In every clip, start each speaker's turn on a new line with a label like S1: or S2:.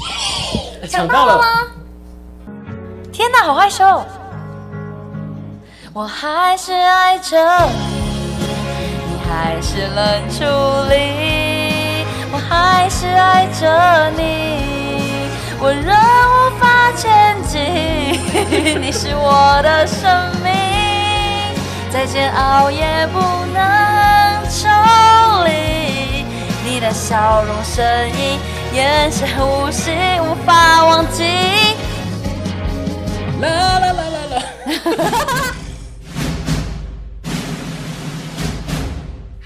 S1: 抢到了
S2: 吗？天哪，好害羞！我还是爱着你，你还是冷处理，我还是爱着你，我仍无法前进。 你是我的生命，再煎熬也不能抽离。你的笑容、身影、眼神、呼吸，无法忘记。
S1: 啦啦啦啦啦！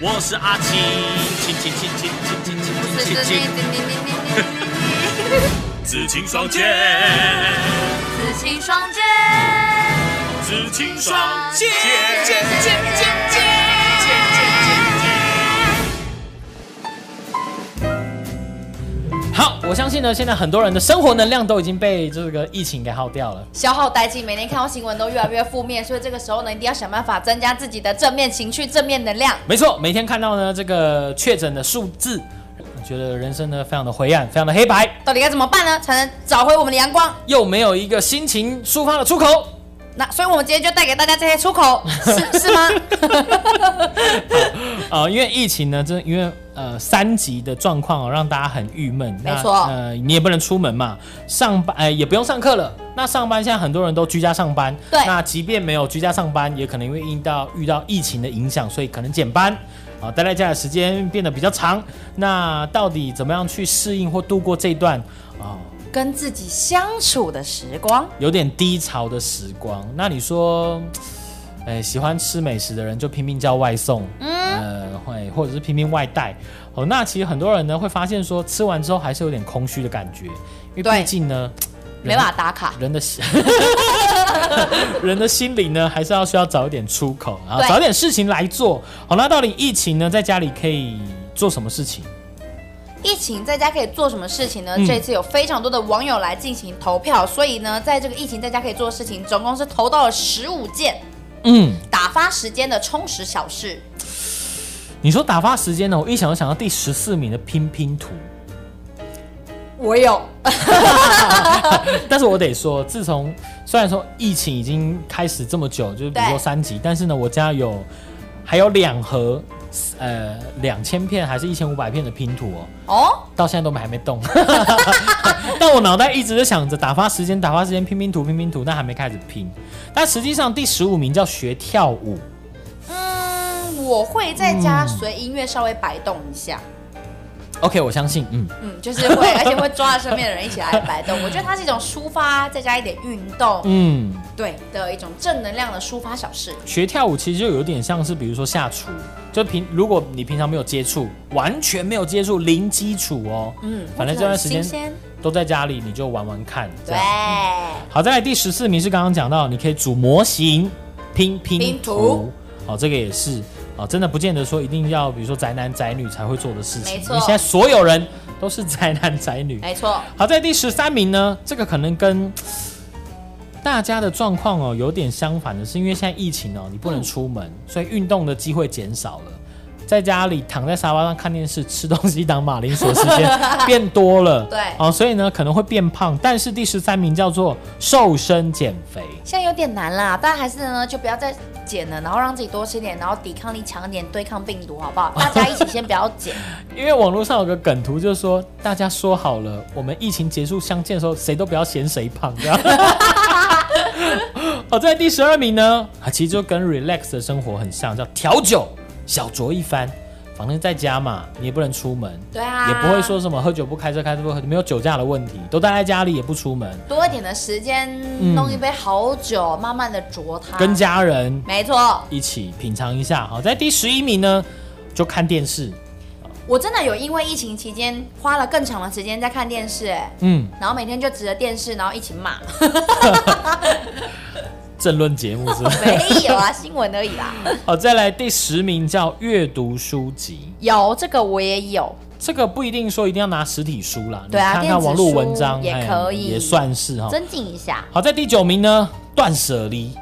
S1: 我是阿青，青青青青青青青青青，紫青双剑，
S2: 紫青双剑，
S1: 紫青双剑。好，我相信呢，现在很多人的生活能量都已经被这个疫情给耗掉了。
S3: 消耗殆尽，每天看到新闻都越来越负面，所以这个时候呢，一定要想办法增加自己的正面情绪、正面能量。
S1: 没错，每天看到呢这个确诊的数字，觉得人生呢非常的灰暗，非常的黑白，
S3: 到底该怎么办呢？才能找回我们的阳光？
S1: 又没有一个心情抒发的出口。
S3: 那所以我们今天就带给大家这些出口，是是吗？
S1: 呃，因为疫情呢，真的因为呃三级的状况、哦、让大家很郁闷。那
S3: 没错
S1: 呃，你也不能出门嘛，上班呃也不用上课了。那上班现在很多人都居家上班，
S3: 对
S1: 那即便没有居家上班，也可能因为遇到遇到疫情的影响，所以可能减班。啊，待在家的时间变得比较长，那到底怎么样去适应或度过这一段啊、
S3: 跟自己相处的时光，
S1: 有点低潮的时光？那你说，哎、喜欢吃美食的人就拼命叫外送，
S3: 嗯
S1: 呃，会或者是拼命外带。哦，那其实很多人呢会发现说，吃完之后还是有点空虚的感觉，因为
S3: 对
S1: 毕竟呢，
S3: 没办法打卡。
S1: 人的心， 人的心灵呢还是要需要找一点出口，然后
S3: 对
S1: 找点事情来做。好，那到底疫情呢，在家里可以做什么事情？
S3: 疫情在家可以做什么事情呢？
S1: 嗯
S3: 这次有非常多的网友来进行投票，所以呢，在这个疫情在家可以做的事情，总共是投到了十五件
S1: 嗯，
S3: 打发时间的充实小事。
S1: 你说打发时间呢，我一想就想到第十四名的拼拼图。
S3: 我有，
S1: 但是我得说，自从虽然说疫情已经开始这么久，就是比如说
S3: 对
S1: 三级，但是呢，我家有还有两盒，呃，两千片还是一千五百片的拼图哦，
S3: 哦，
S1: 到现在都还没动。 但我脑袋一直就想着打发时间，打发时间，拼拼图，拼拼图，但还没开始拼。但实际上第十五名叫学跳舞，
S3: 嗯，我会在家随音乐稍微摆动一下，
S1: OK，我相信，嗯，
S3: 嗯，就是会，而且会抓着身边的人一起来摆动。我觉得它是一种抒发，再加一点运动，
S1: 嗯，
S3: 对的一种正能量的抒发小事。
S1: 学跳舞其实就有点像是，比如说下厨，就平如果你平常没有接触，完全没有接触，零基础哦，
S3: 嗯，
S1: 反正这段时间
S3: 我觉得很新鲜，
S1: 都在家里，你就玩玩看。这
S3: 对
S1: 样，好，再来第十四名是刚刚讲到，你可以组模型、拼拼
S3: 拼
S1: 图
S3: 图，
S1: 哦，这个也是哦，真的不见得说一定要，比如说宅男宅女才会做的事情，
S3: 没
S1: 因
S3: 错
S1: 为现在所有人都是宅男宅女。
S3: 没错，
S1: 好，在第十三名呢，这个可能跟大家的状况哦有点相反的是，因为现在疫情哦，你不能出门，所以运动的机会减少了。在家里躺在沙发上看电视、吃东西、当马铃薯的时间变多了，
S3: 对
S1: 哦，所以呢可能会变胖。但是第十三名叫做瘦身减肥，
S3: 现在有点难啦，但还是呢，就不要再减了，然后让自己多吃点，然后抵抗力强一点，对抗病毒，好不好？大家一起先不要 减，
S1: 因为网络上有个梗图，就是说大家说好了，我们疫情结束相见的时候，谁都不要嫌谁胖，这样。 哦，在第十二名呢，啊，其实就跟 relax 的生活很像，叫调酒，小酌一番。反正在家嘛，你也不能出门，
S3: 对啊
S1: 也不会说什么喝酒不开车，开车不喝酒，没有酒驾的问题，都待在家里也不出门，
S3: 多一点的时间弄一杯好酒，慢慢的酌它。
S1: 嗯跟家人
S3: 没错，
S1: 一起品尝一下。好，在第十一名呢，就看电视，
S3: 我真的有因为疫情期间花了更长的时间在看电视、哎。
S1: 嗯，
S3: 然后每天就指着电视，然后一起 骂。
S1: 政论节目是吧？
S3: 没有啊，新闻而已啦。
S1: 好，再来第十名叫阅读书籍，
S3: 有这个我也有，
S1: 这个不一定说一定要拿实体书啦，
S3: 对啊
S1: 你看看网络文章
S3: 电子书也
S1: 哎
S3: 可以
S1: 也算是哈。
S3: 增进一下。
S1: 好，在第九名呢，断舍离，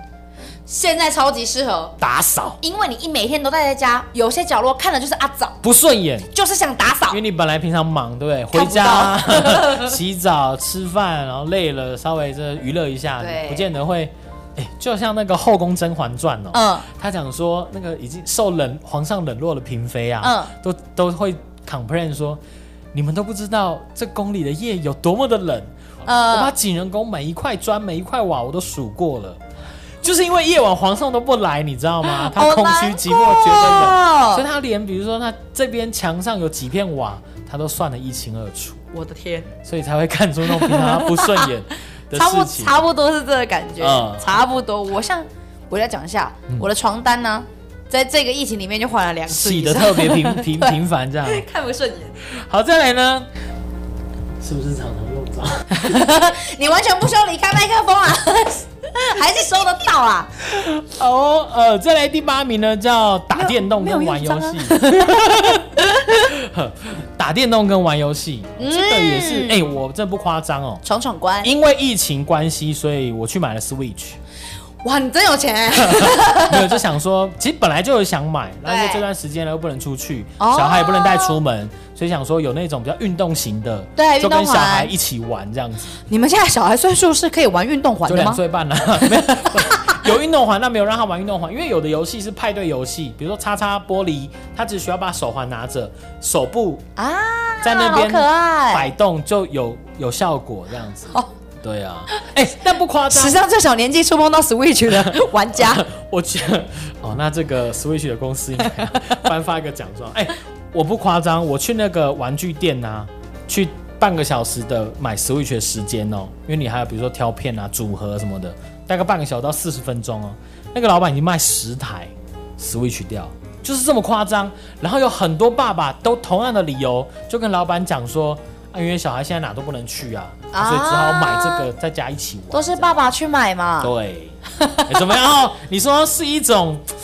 S3: 现在超级适合，
S1: 打扫
S3: 因为你一每天都待在家，有些角落看的就是阿早，
S1: 不顺眼，
S3: 就是想打扫
S1: 因为。你本来平常忙，对不对？
S3: 看
S1: 回
S3: 不
S1: 家
S3: 到
S1: 洗澡、吃饭，然后累了，稍微这娱乐一下，
S3: 对
S1: 不见得会。哎，就像那个《后宫甄嬛传》哦，
S3: 嗯，
S1: 他讲说那个已经受冷皇上冷落的嫔妃啊，
S3: 嗯
S1: 都都会 complain 说，你们都不知道这宫里的夜有多么的冷，
S3: 嗯
S1: 我把景仁宫每一块砖每一块瓦我都数过了。就是因为夜晚皇上都不来，你知道吗？他
S3: 好
S1: 空虚
S3: 哦难
S1: 寂寞，觉得冷，
S3: 过
S1: 所以他连比如说他这边墙上有几片瓦，他都算得一清二楚，
S3: 我的天，
S1: 所以才会看出那种平常他不顺眼的
S3: 差不
S1: 事情。
S3: 差不多是这个感觉，
S1: 嗯
S3: 差不多。我像我再讲一下，我的床单呢，在这个疫情里面就换了两次
S1: 洗
S3: 以
S1: 的
S3: 上，
S1: 特别频 频频繁这样。
S3: 看不顺眼，
S1: 好，再来呢，是不是常常用到？
S3: 你完全不需要离开麦克风啊， 还是收得到啊？
S1: 好哦，呃，再来第八名呢，叫打电动跟玩游戏。啊打电动跟玩游戏，这个也是，哎、我这不夸张哦。
S3: 闯闯关，
S1: 因为疫情关系，所以我去买了 Switch，
S3: 哇，你真有 钱，
S1: 没有就想说，其实本来就有想买，但是
S3: 对
S1: 这段时间呢又不能出去，
S3: 哦
S1: 小孩也不能带出门，所以想说有那种比较运动型的，
S3: 对
S1: 就跟
S3: 运动
S1: 小
S3: 环
S1: 孩一起玩这样子。
S3: 你们现在小孩岁数是可以玩运动环
S1: 就
S3: 的
S1: 两
S3: 吗？
S1: 岁半了、啊 没有有运动环，但没有让他玩运动环，因为有的游戏是派对游戏，比如说擦擦玻璃，他只需要把手环拿着，手部
S3: 啊，
S1: 在那边
S3: 好可
S1: 摆
S3: 爱，
S1: 动就有有效果这样子。
S3: 哦
S1: 对啊，哎、但不夸张
S3: 史，上最小年纪触碰到 Switch 的 玩家，
S1: 我觉得哦，那这个 Switch 的公司应该颁发一个奖状。哎、我不夸张，我去那个玩具店啊，去半个小时的买 Switch 的时间哦，因为你还有比如说挑片啊、组合什么的，大概半个小时到四十分钟哦。那个老板已经卖十台 Switch 掉，就是这么夸张。然后有很多爸爸都同样的理由，就跟老板讲说。啊，因为小孩现在哪都不能去啊，
S3: 啊
S1: 所以只好买这个在家一起玩。
S3: 都是爸爸去买嘛，
S1: 对，欸怎么样？哦，你说是一种
S3: 啊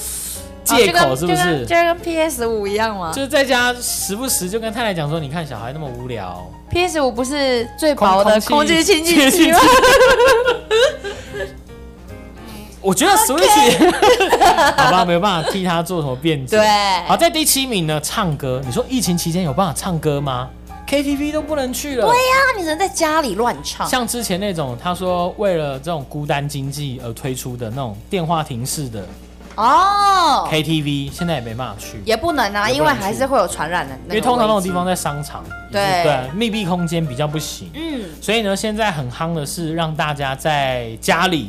S1: 借
S3: 就跟
S1: 口，是不
S3: 就跟
S1: 是
S3: 就？跟 PS 五一样嘛
S1: 就是在家时不时就跟太太讲说，你看小孩那么无聊，
S3: ，PS 五不是最薄的
S1: 空
S3: 空
S1: 气
S3: 气清净机吗？
S1: 我 觉得 Switch 好吧，没办法替他做什么辩解。
S3: 对
S1: 好，在第七名呢，唱歌。你说疫情期间有办法唱歌吗？KTV 都不能去了。对呀、
S3: 那你人在家里乱唱，
S1: 像之前那种他说为了这种孤单经济而推出的那种电话亭式的
S3: 哦，
S1: KTV，现在也没办法去。
S3: 也不能啊，
S1: 也
S3: 因
S1: 不能
S3: 为还是会有传染的。
S1: 因为通常那种地，方在商场，
S3: 对
S1: 也是对，啊密闭空间比较不行。
S3: 嗯，
S1: 所以呢，现在很夯的是让大家在家里，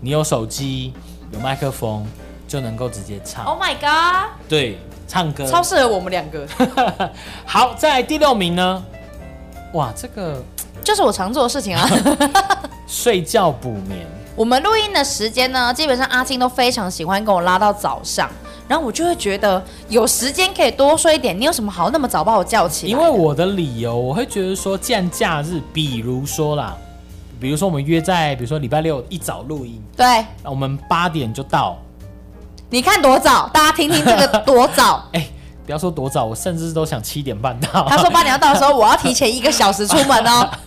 S1: 你有手机、有麦克风，就能够直接唱，
S3: Oh my god，
S1: 对，唱歌。
S3: 超适合我们两个，
S1: 好，在第六名呢，哇，这个
S3: 就是我常做的事情 啊。
S1: 睡觉补眠，
S3: 我们录音的时间呢，基本上阿青都非常喜欢跟我拉到早上，然后我就会觉得有时间可以多睡一点。你有什么好那么早把我叫起来？
S1: 因为我的理由，我会觉得说，既然假日，比如说啦，比如说我们约在，比如说礼拜六一早录音，
S3: 对，
S1: 那我们八点就到，。
S3: 你看多早，大家听听这个多早
S1: 哎、不要说多早，我甚至都想七点半到。
S3: 他说八点要到的时候，我要提前一个小时出门哦。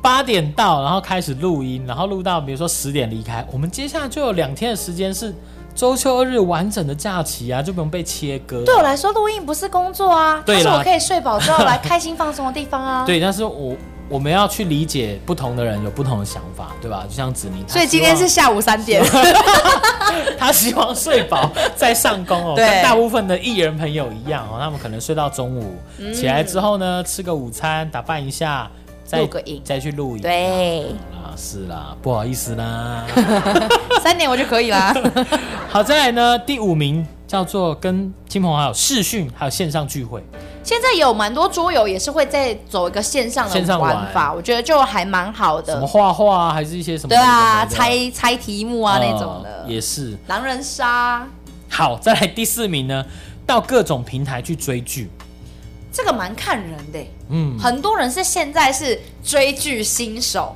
S1: 八点到，然后开始录音，然后录到比如说十点离开，我们接下来就有两天的时间是周休日完整的假期啊，就不用被切割。
S3: 对我啊来说，录音不是工作啊，它
S1: 对
S3: 是
S1: 啦
S3: 我可以睡饱之后来开心放松的地方啊。
S1: 对，但是我我们要去理解不同的人有不同的想法，对吧？就像子宁，
S3: 所以今天是下午三 点。
S1: 他希望睡饱再上工 哦，
S3: 对
S1: 跟大部分的艺人朋友一样哦，他们可能睡到中午，
S3: 嗯
S1: 起来之后呢，吃个午餐，打扮一下，再
S3: 录个影
S1: 再去录影。
S3: 对，
S1: 啊，是啦，不好意思啦。
S3: 三点我就可以啦。
S1: 好，再来呢，第五名叫做跟亲朋好友视讯，还有线上聚会。
S3: 现在有蛮多桌游也是会在走一个线上
S1: 线上
S3: 的
S1: 玩
S3: 玩法，我觉得就还蛮好
S1: 什么
S3: 的。
S1: 画画啊，还是一些什么
S3: 对
S1: 有的
S3: 啊，
S1: 没的
S3: 猜猜题目啊那种
S1: 呃
S3: 的，
S1: 也是。
S3: 狼人杀
S1: 好，再来第四名呢，到各种平台去追剧。
S3: 这个蛮看人的欸，
S1: 嗯，
S3: 很多人是现在是追剧新手。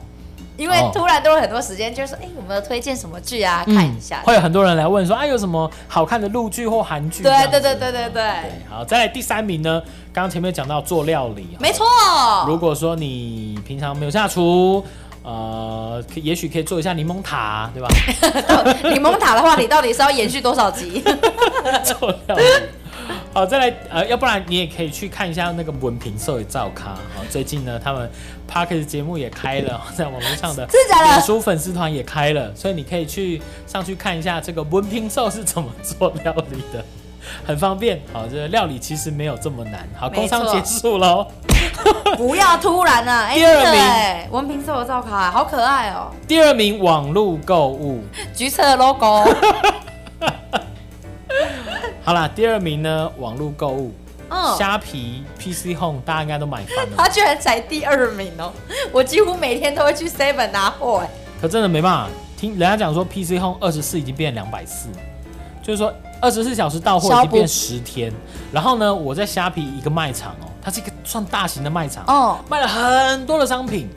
S3: 因为
S1: 哦
S3: 突然都有很多时间，就是说，哎、有没有推荐什么剧啊？看一下
S1: 嗯。会有很多人来问说，啊，有什么好看的陆剧或韩剧？
S3: 对
S1: 这样子
S3: 对对对对对
S1: 对。好，再来第三名呢，刚刚前面讲到做料理，啊
S3: 没错。
S1: 如果说你平常没有下厨，呃，可也许可以做一下柠檬塔、对吧？
S3: 柠檬塔的话， 你到底是要延续多少集？
S1: 做料理。 好，再来，呃，要不然你也可以去看一下那个文凭社与造咖。好，最近呢，他们 p a r k e s 节目也开了， 在网络上的
S3: 真的假的
S1: 脸书粉丝团也开了，所以你可以去上去看一下这个文凭社是怎么做料理的，很方便。好，这个料理其实没有这么难。好，
S3: 没
S1: 工商
S3: 错
S1: 结束喽。
S3: 不要突然啊！哎、
S1: 第二
S3: 真的
S1: 名
S3: 哎，文凭手的照卡，好可爱哦、
S1: 第二名，网络购物。
S3: 橘色的 logo
S1: 好啦，第二名呢，网络购物，
S3: 嗯
S1: 虾皮、PC Home，大家应该都买翻了吧
S3: 他。居然才第二名哦！我几乎每天都会去 Seven 拿货哎、
S1: 可真的没办法，听人家讲说 PC Home 二十四已经变两百四，就是说二十四小时到货已
S3: 消
S1: 经
S3: 不
S1: 变十天。然后呢，我在虾皮一个卖场哦，它是一个算大型的卖场，
S3: 哦，
S1: 卖了很多的商品。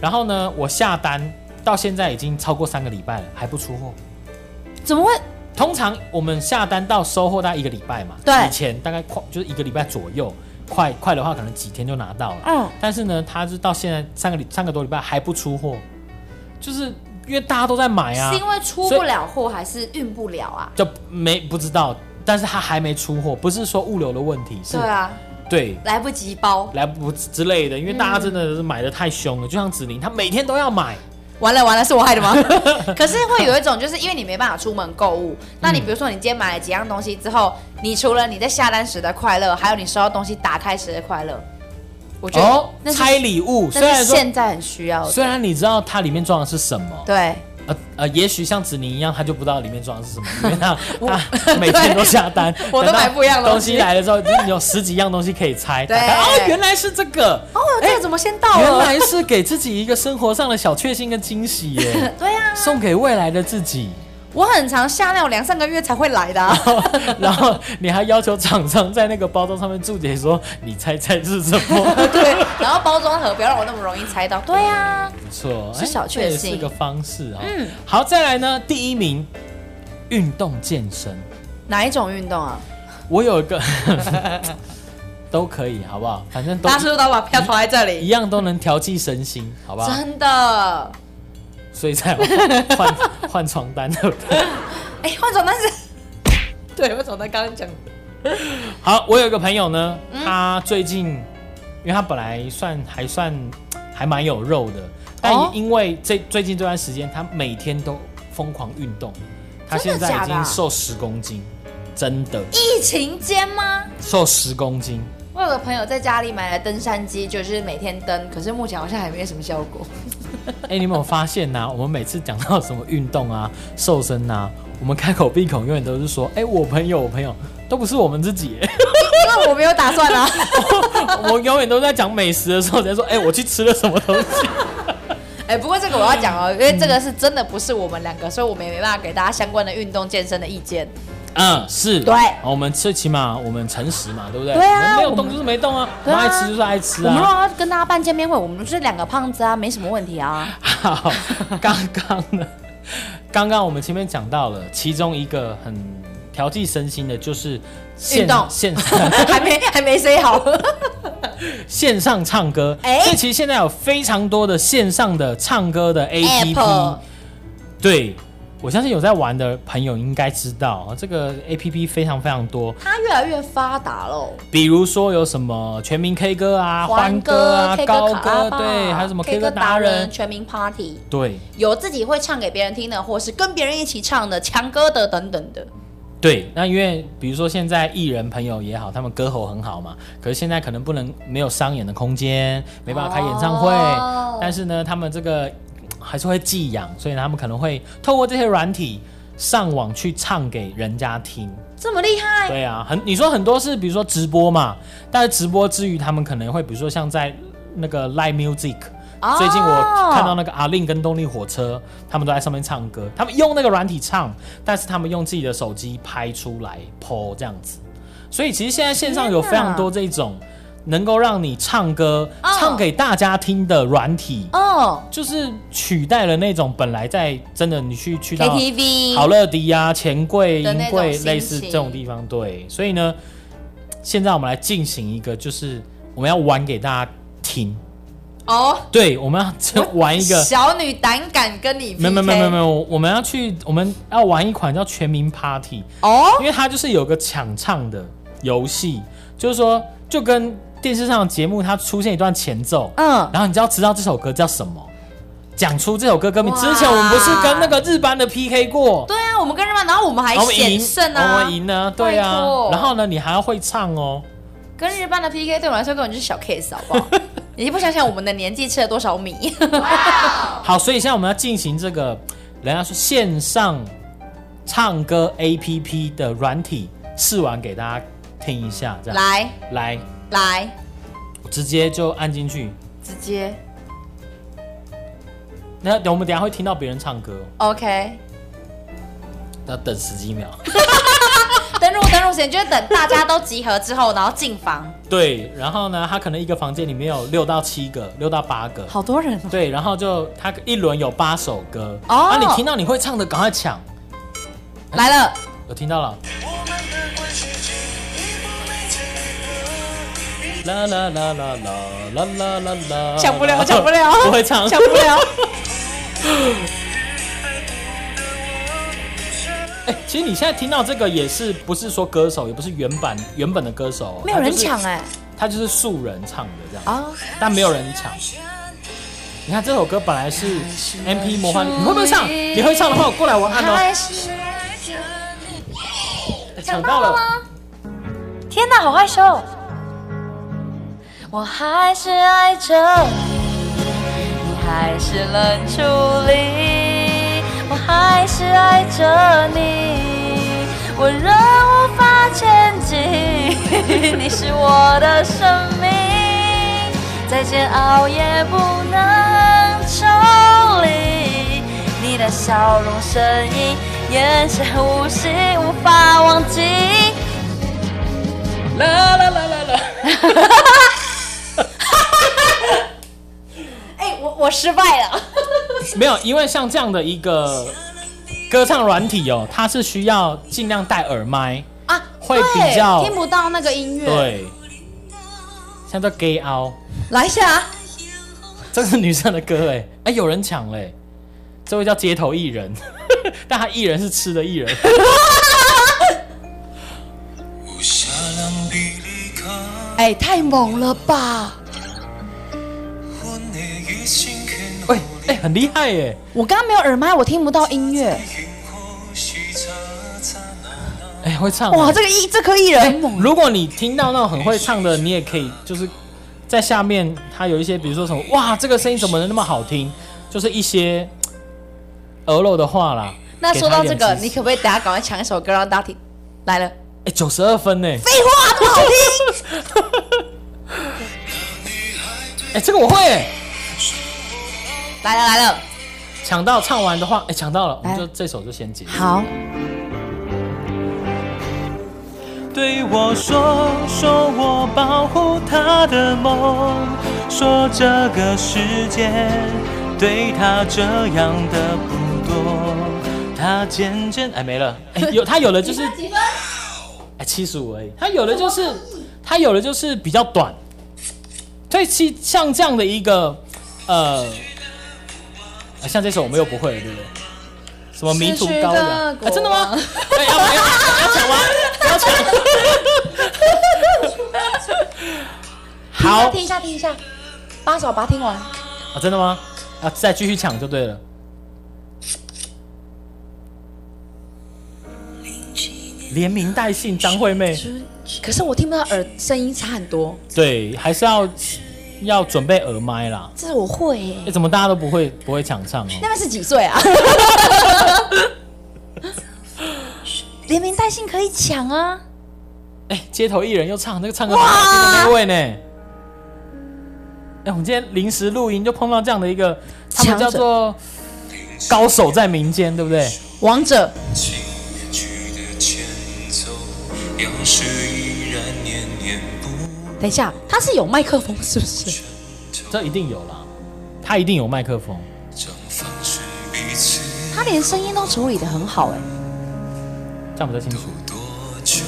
S1: 然后呢，我下单到现在已经超过三个礼拜了，还不出货。
S3: 怎么会？
S1: 通常我们下单到收货大概一个礼拜嘛，
S3: 对
S1: 以前大概快就是一个礼拜左右，快快的话可能几天就拿到了。
S3: 嗯，
S1: 但是呢，它是到现在三个礼三个多礼拜还不出货，就是因为大家都在买啊，
S3: 是因为出不了货还是运不了啊？
S1: 就没不知道，但是他还没出货，不是说物流的问题，是
S3: 对啊，
S1: 对
S3: 来不及包，
S1: 来不之类的，因为大家真的是买的太凶了，就像子宁，他每天都要买，
S3: 完了完了，是我 害的吗？可是会有一种，就是因为你没办法出门购物，那你比如说你今天买了几样东西之后，你除了你在下单时的快乐，还有你收到东西打开时的快乐，我觉
S1: 哦
S3: 得，那是、
S1: 拆礼物，虽
S3: 那
S1: 然
S3: 是
S1: 说
S3: 现在很需要的，
S1: 虽然你知道它里面装的是什么，
S3: 对。，
S1: 呃呃，也许像子宁一样，他就不知道里面装的是什么，因为他他每天都下单
S3: 我都
S1: 等到
S3: 买不一样的
S1: 东
S3: 东西
S1: 西来了之后，就是有十几样东西可以 拆，
S3: 对
S1: 打开哦，原来是这个。
S3: 哦，这个怎么先到
S1: 原
S3: 了？，
S1: 来是给自己一个生活上的小确幸跟惊喜耶
S3: 对呀、啊，
S1: 送给未来的自己。
S3: 我很常下那种两三个月才会来的、啊。
S1: 然后你还要求厂商在那个包装上面注解说，你猜猜是什么？
S3: 对，然后包装盒不要让我那么容易猜到。对啊，
S1: 不错，
S3: 是
S1: 哎
S3: 小确
S1: 这也
S3: 幸
S1: 是个方式啊。
S3: 嗯
S1: 嗯，好，再来呢，第一名，运动健身，
S3: 哪一种运动啊？
S1: 我有一个 都可以，好不好？反正都
S3: 大家是不是都把票投在这
S1: 一
S3: 里？
S1: 样都能调剂身心，好不好？
S3: 真的，
S1: 所以才要换换床单， 对不对？
S3: 哎，换床单是， 对，为什么他刚刚讲？
S1: 好，我有一个朋友呢，
S3: 嗯
S1: 他最近，因为他本来算还算还蛮有肉的，但
S3: 哦
S1: 也因为这最近这段时间，他每天都疯狂运动，他
S3: 真的
S1: 现在
S3: 假
S1: 已
S3: 的啊
S1: 经瘦十公斤，真的
S3: 疫情间吗？
S1: 瘦十公斤。
S3: 我有个朋友在家里买了登山机，就是每天登，可是目前好像还没什么效 果。
S1: 哎、你有没有发现呐、我们每次讲到什么运动啊、瘦身啊，我们开口闭口永远都是说，哎、我朋友，我朋友，都不是我们自己、
S3: 因为我没有打算啊，
S1: 我永远都在讲美食的时候，人家说，哎、我去吃了什么东西。
S3: 哎，不过这个我要讲哦，因为这个是真的不是我们两个，所以我们也没办法给大家相关的运动健身的意见。
S1: 嗯，是
S3: 对
S1: 我们最起码我们诚实嘛，对不对？
S3: 对啊
S1: 我们没有
S3: 我
S1: 动
S3: 们
S1: 就是没动啊，我
S3: 对啊
S1: 们爱吃就是爱吃
S3: 我们如
S1: 啊。
S3: 果要跟大家办见面会，我们就是两个胖子啊，没什么问题啊。
S1: 好，刚刚呢，刚刚我们前面讲到了，其中一个很调剂身心的就是线
S3: 运动
S1: 线
S3: 还没还没 say 好，
S1: 线上唱歌，
S3: 哎
S1: 所以其实现在有非常多的线上的唱歌的 APP，
S3: App
S1: 对。我相信有在玩的朋友应该知道，哦这个 A P P 非常非常多，
S3: 它越来越发达喽。
S1: 比如说有什么全民 K 歌啊、欢歌
S3: 歌
S1: 啊、
S3: K
S1: 高
S3: 卡拉
S1: 歌，
S3: 吧
S1: 对，还有什么
S3: K 歌
S1: 歌达人，
S3: 全民 Party，
S1: 对
S3: 有自己会唱给别人听的，或是跟别人一起唱的强歌的等等的。
S1: 对。那因为比如说现在艺人朋友也好，他们歌喉很好嘛，可是现在可能不能没有商演的空间，没办法开演唱会，
S3: 哦
S1: 但是呢，他们这个还是会寄养，所以他们可能会透过这些软体上网去唱给人家听。
S3: 这么厉害，
S1: 对啊，很你说很多是比如说直播嘛，但是直播之余，他们可能会比如说像在那个 Live Music，、
S3: 哦
S1: 最近我看到那个阿令跟动力火车，他们都在上面唱歌，他们用那个软体唱，但是他们用自己的手机拍出来 PO 这样子，所以其实现在线上有非常多这种能够让你唱歌、
S3: 哦
S1: 唱给大家听的软体。
S3: 哦
S1: 就是取代了那种本来在真的你去去到
S3: ，KTV
S1: 好乐迪呀、钱柜、
S3: 的那
S1: 银
S3: 种
S1: 柜
S3: 心
S1: 类似这种地方，对。所以呢，现在我们来进行一个，就是我们要玩给大家听，
S3: 哦，
S1: 对，我们要就玩 一个，
S3: 小女胆敢跟你
S1: 没
S3: PK，
S1: 有没有没有没有，我们要去，我们要玩一款叫全民 Party，
S3: 哦，
S1: 因为它就是有个抢唱的游戏，就是说就跟电视上的节目它出现一段前奏，
S3: 嗯，
S1: 然后你就要知道这首歌叫什么，讲出这首歌歌名。
S3: 哇
S1: 之前我们不是跟那个日班的 PK 过，
S3: 对啊，我们跟日本，然后我们还
S1: 然后我们
S3: 险
S1: 赢，
S3: 胜
S1: 我
S3: 啊
S1: 们，赢呢，对啊
S3: 拜托。
S1: 然后呢，你还要会唱哦，
S3: 跟日班的 PK 对我们来说根本就是小 case，好不 好？你不想想我们的年纪吃了多少米？
S1: 好，所以现在我们要进行这个，人家说线上唱歌 APP 的软体试玩给大家听一下，这样
S3: 来
S1: 来，
S3: 来，
S1: 直接就按进去。
S3: 直接
S1: 那等我们等一下会听到别人唱歌，
S3: OK，
S1: 要等十几秒。
S3: 登录登录时间就是等大家都集合之后，然后进房，
S1: 对，然后呢，他可能一个房间里面有六到七个，六到八个。
S3: 好多人哦。
S1: 对，然后就他一轮有八首歌，
S3: 哦
S1: 啊，你听到你会唱的，赶快抢。
S3: 来了，
S1: 有听到了。啦啦啦啦啦啦啦啦啦，
S3: 抢不了，抢不了，
S1: 嗯 不会唱，
S3: 抢不了。
S1: 哎、其实你现在听到这个也是不是说歌手，也不是原版原本的歌手哦，
S3: 没有人
S1: 他
S3: 抢
S1: 就是
S3: 哎、
S1: 他就是素人唱的这样，
S3: 啊！
S1: 但没有人抢。你看这首歌本来是 M P 魔幻，你会不会唱？你会唱的话，我过来我按哦。
S3: 还是
S1: 抢到了，
S2: 吗？天哪，好害羞！我还是爱着你，你还是冷处理，我还是爱着你，我仍无法前进，你是我的生命，再煎熬也不能抽离。你的笑容、声音、眼神、呼吸，无法忘记。
S1: 啦啦啦啦啦。
S3: 哎、我我失败 了。
S1: 没有，因为像这样的一个歌唱软体哦，它是需要尽量戴耳麦，
S3: 啊，
S1: 会
S3: 对
S1: 比较
S3: 听不到那个音乐。，
S1: 对，像叫 gay out，
S3: 来一下，
S1: 这是女生的歌哎，哎有人抢嘞，这位叫街头艺人， 但他艺人是吃的艺人，
S3: 哎、太猛了吧！
S1: 喂哎很厉害哎，
S3: 我刚刚没有耳麦，我听不到音乐。
S1: 哎会唱
S3: 哇，
S1: 哎
S3: 这个艺这颗艺人很猛，
S1: 如果你听到那种很会唱的，你也可以就是在下面，它有一些比如说什么哇这个声音怎么能那么好听，就是一些嘖鹅肉的话啦。
S3: 那说到
S1: 给他
S3: 这
S1: 一点
S3: 个，
S1: 支持
S3: 你可不可以等下赶快抢一首歌让大家听？来了，
S1: 哎，九十二分呢！
S3: 废话不好听。
S1: 哎，这个我会哎，
S3: 来了来了，
S1: 抢到唱完的话，哎，抢到了，我们
S3: 来
S1: 就这首就先结束。
S3: 好，
S1: 对我说，说我保护他的梦，说这个世界对他这样的不多，他渐渐哎没了，哎有他有的就是
S3: 几分？
S1: 哎七十五而已，他有的就是他有的就是比较短，所以其像这样的一个呃，哎像这首我们又不会了，对不对？什么民族高粱？哎真的吗？哎要要要抢吗？不要抢！ 好
S3: 听一下听一下，八首把它听完。
S1: 啊，真的吗？啊，再继续抢就对了。连名带姓张惠妹，
S3: 可是我听不到耳声音差很多，
S1: 对，还是要要准备耳麦啦。
S3: 这是我会耶、
S1: 哎、怎么大家都不会不会抢唱
S3: 那
S1: 哦？
S3: 边是几岁啊？ 连名带姓可以抢啊！
S1: 哎、街头艺人又唱那个唱歌很好听的那位呢？哎、我们今天临时录音就碰到这样的一个，他们
S3: 强者
S1: 叫做高手在民间，对不对？
S3: 王者
S4: 情人去的前奏，央视依然念念不
S3: 等一下，他是有麦克风是不是？
S1: 这一定有啦，他一定有麦克风。
S4: 将放生彼此
S3: 他连声音都处理的很好哎、
S1: 这样比较清楚。
S4: 多久？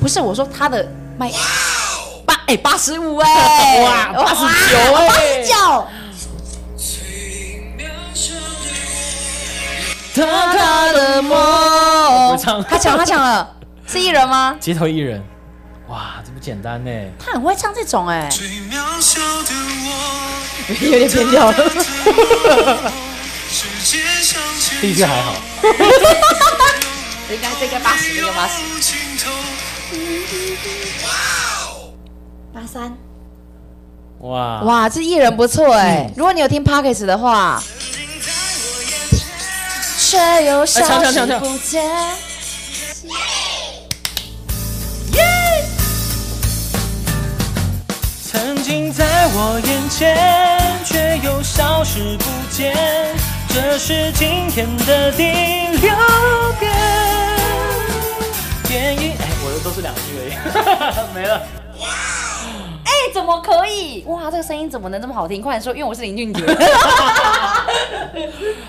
S3: 不是我说他的麦，爸，哎，八十五 哎，
S1: 哇89哎
S3: 八十欸九，
S4: 最渺小的
S1: 他
S3: 他的
S1: 不
S3: 梦
S1: 唱，
S3: 他抢他抢 了，是艺人吗？
S1: 街头艺人，哇，这不简单呢。
S3: 他很会唱这种哎，
S4: 最渺小的我，
S3: 有点偏 调了。
S4: 世界向前
S1: 第一句还好，
S3: 这应该这应该八十，这个八十，
S4: 走尽头
S3: 八三。
S1: 哇哇，
S3: 哇，这艺人不错哎，如果你有听 Pockets 的话，却又消
S1: 哎唱
S3: 失
S1: 唱唱
S3: 不见。
S1: 曾经在我眼前，却又消失不见，这是今天的第六遍。电影，哎， 我都是两句而已，没 了。
S3: 哎，怎么可以？哇，这个声音怎么能这么好听？快点说，因为我是林俊杰。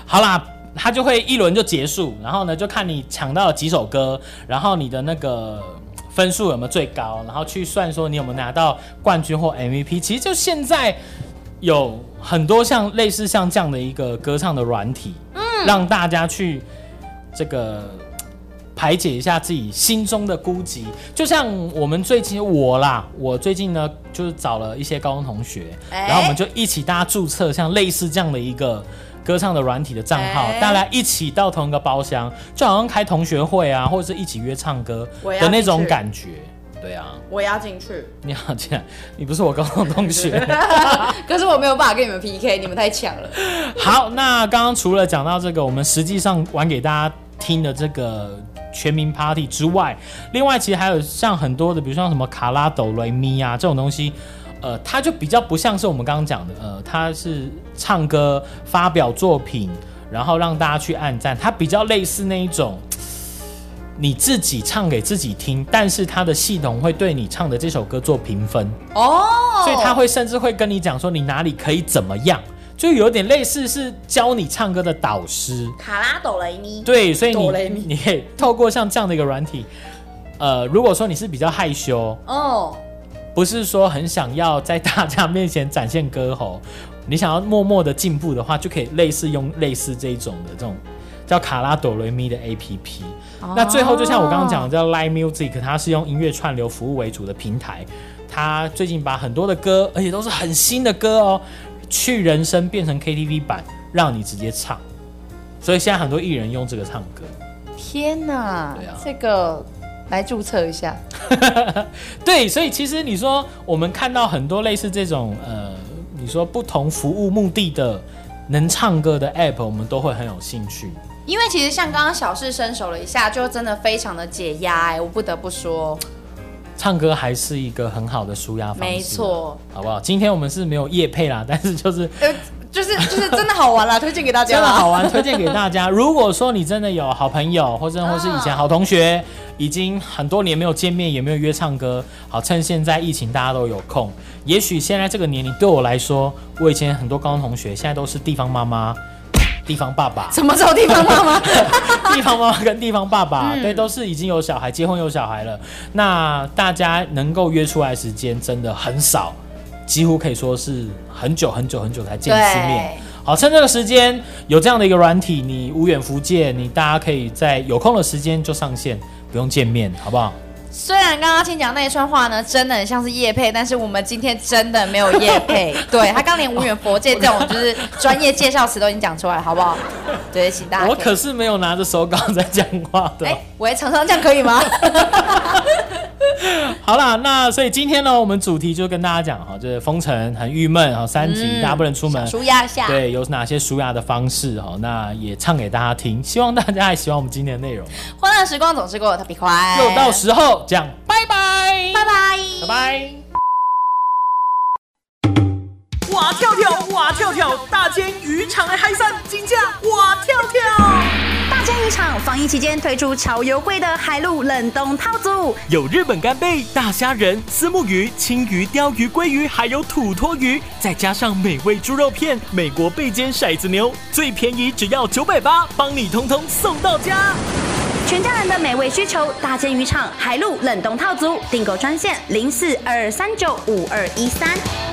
S1: 好啦，他就会一轮就结束，然后呢，就看你抢到了几首歌，然后你的那个嗯分数有没有最高，然后去算说你有没有拿到冠军或 MVP。其实就现在有很多像类似像这样的一个歌唱的软体，嗯，让大家去这个。嗯排解一下自己心中的孤寂，就像我们最近我啦，我最近呢就是找了一些高中同学，
S3: 哎
S1: 然后我们就一起大家注册像类似这样的一个歌唱的软体的账号，
S3: 哎
S1: 大家一起到同一个包厢，就好像开同学会啊，或者是一起约唱歌
S3: 我要
S1: 的那
S3: 进
S1: 种
S3: 去
S1: 感觉。对啊，
S3: 我要进去，
S1: 你好，竟然你不是我高中同学。
S3: 可是我没有办法跟你们 PK，你们太强了。
S1: 好，那刚刚除了讲到这个，我们实际上玩给大家听的这个全民 Party 之外，另外其实还有像很多的，比如像什么卡拉斗雷咪啊这种东西。呃，它就比较不像是我们刚刚讲的，呃，它是唱歌、发表作品，然后让大家去按赞，它比较类似那一种，你自己唱给自己听，但是它的系统会对你唱的这首歌做评分。
S3: 哦，
S1: 所以他会甚至会跟你讲说你哪里可以怎么样，就有点类似是教你唱歌的导师。
S3: 卡拉斗雷尼。
S1: 对，所以
S3: 哆来咪
S1: 你你可以透过像这样的一个软体，呃，如果说你是比较害羞，
S3: 哦，
S1: 不是说很想要在大家面前展现歌喉， 你想要默默的进步的话，就可以类似用类似这一种的这种叫卡拉朵雷咪的 A P P。那最后就像我刚刚讲的，叫 Live Music，它是用音乐串流服务为主的平台，它最近把很多的歌，而且都是很新的歌哦，去人声变成 K T V 版，让你直接唱。所以现在很多艺人用这个唱歌。
S3: 天哪
S1: 对啊，
S3: 这个来注册一下。
S1: 对，所以其实你说我们看到很多类似这种呃，你说不同服务目的的能唱歌的 app，我们都会很有兴趣。
S3: 因为其实像刚刚小试身手了一下，就真的非常的解压哎、我不得不说，
S1: 唱歌还是一个很好的舒压方式，啊
S3: 没，错，
S1: 好不好？今天我们是没有夜配啦，但是就是
S3: 呃，就是就是真的好玩啦，推 荐给大家
S1: 真的
S3: 啦，，
S1: 好玩，推荐给大家。如果说你真的有好朋友，或者或是以前好同学，已经很多年没有见面，也没有约唱歌，好趁现在疫情大家都有空，也许现在这个年龄对我来说，我以前很多高中同学现在都是地方妈妈、地方爸爸
S3: 什么时候地方妈妈？
S1: 地方妈妈跟地方爸爸，
S3: 嗯
S1: 对，都是已经有小孩、结婚有小孩了。那大家能够约出来的时间真的很少，几乎可以说是很久很久很久才见一次面。
S3: 对
S1: 好，趁这个时间有这样的一个软体，你无远弗届，你大家可以在有空的时间就上线，不用见面，好不好？
S3: 虽然刚刚先讲那一串话呢，真的很像是叶配，但是我们今天真的没有叶配。 对他刚连无缘佛界这种就是专业介绍词都已经讲出来了，好不好？对，请大家以。
S1: 我可是啊没有拿着手稿在讲话的。
S3: 哎、喂，厂商这样可以 吗？
S1: 好啦，那所以今天呢，我们主题就跟大家讲哈，就是封城很郁闷哈，三级、
S3: 嗯
S1: 大家不能出门，
S3: 舒压一下。
S1: 对，有哪些舒压的方式哈？那也唱给大家听，希望大家还喜欢我们今天的内容。
S3: 欢乐时光总是过得特别快。
S1: 又到时候讲，拜拜，
S3: 拜拜，
S1: 拜拜。
S5: 哇跳跳，哇跳跳，大煎鱼肠来嗨散金价，哇跳跳。
S6: 大煎鱼厂防疫期间推出超优惠的海陆冷冻套组，
S7: 有日本干贝、大虾仁、丝木鱼、青鱼、鲷鱼、鲑鱼，还有土托鱼，再加上美味猪肉片、美国贝煎骰子牛，最便宜只要九百八，帮你通通送到家。
S6: 全家人的美味需求，大煎渔场海陆冷冻套组，订购专线零四二三九五二一三。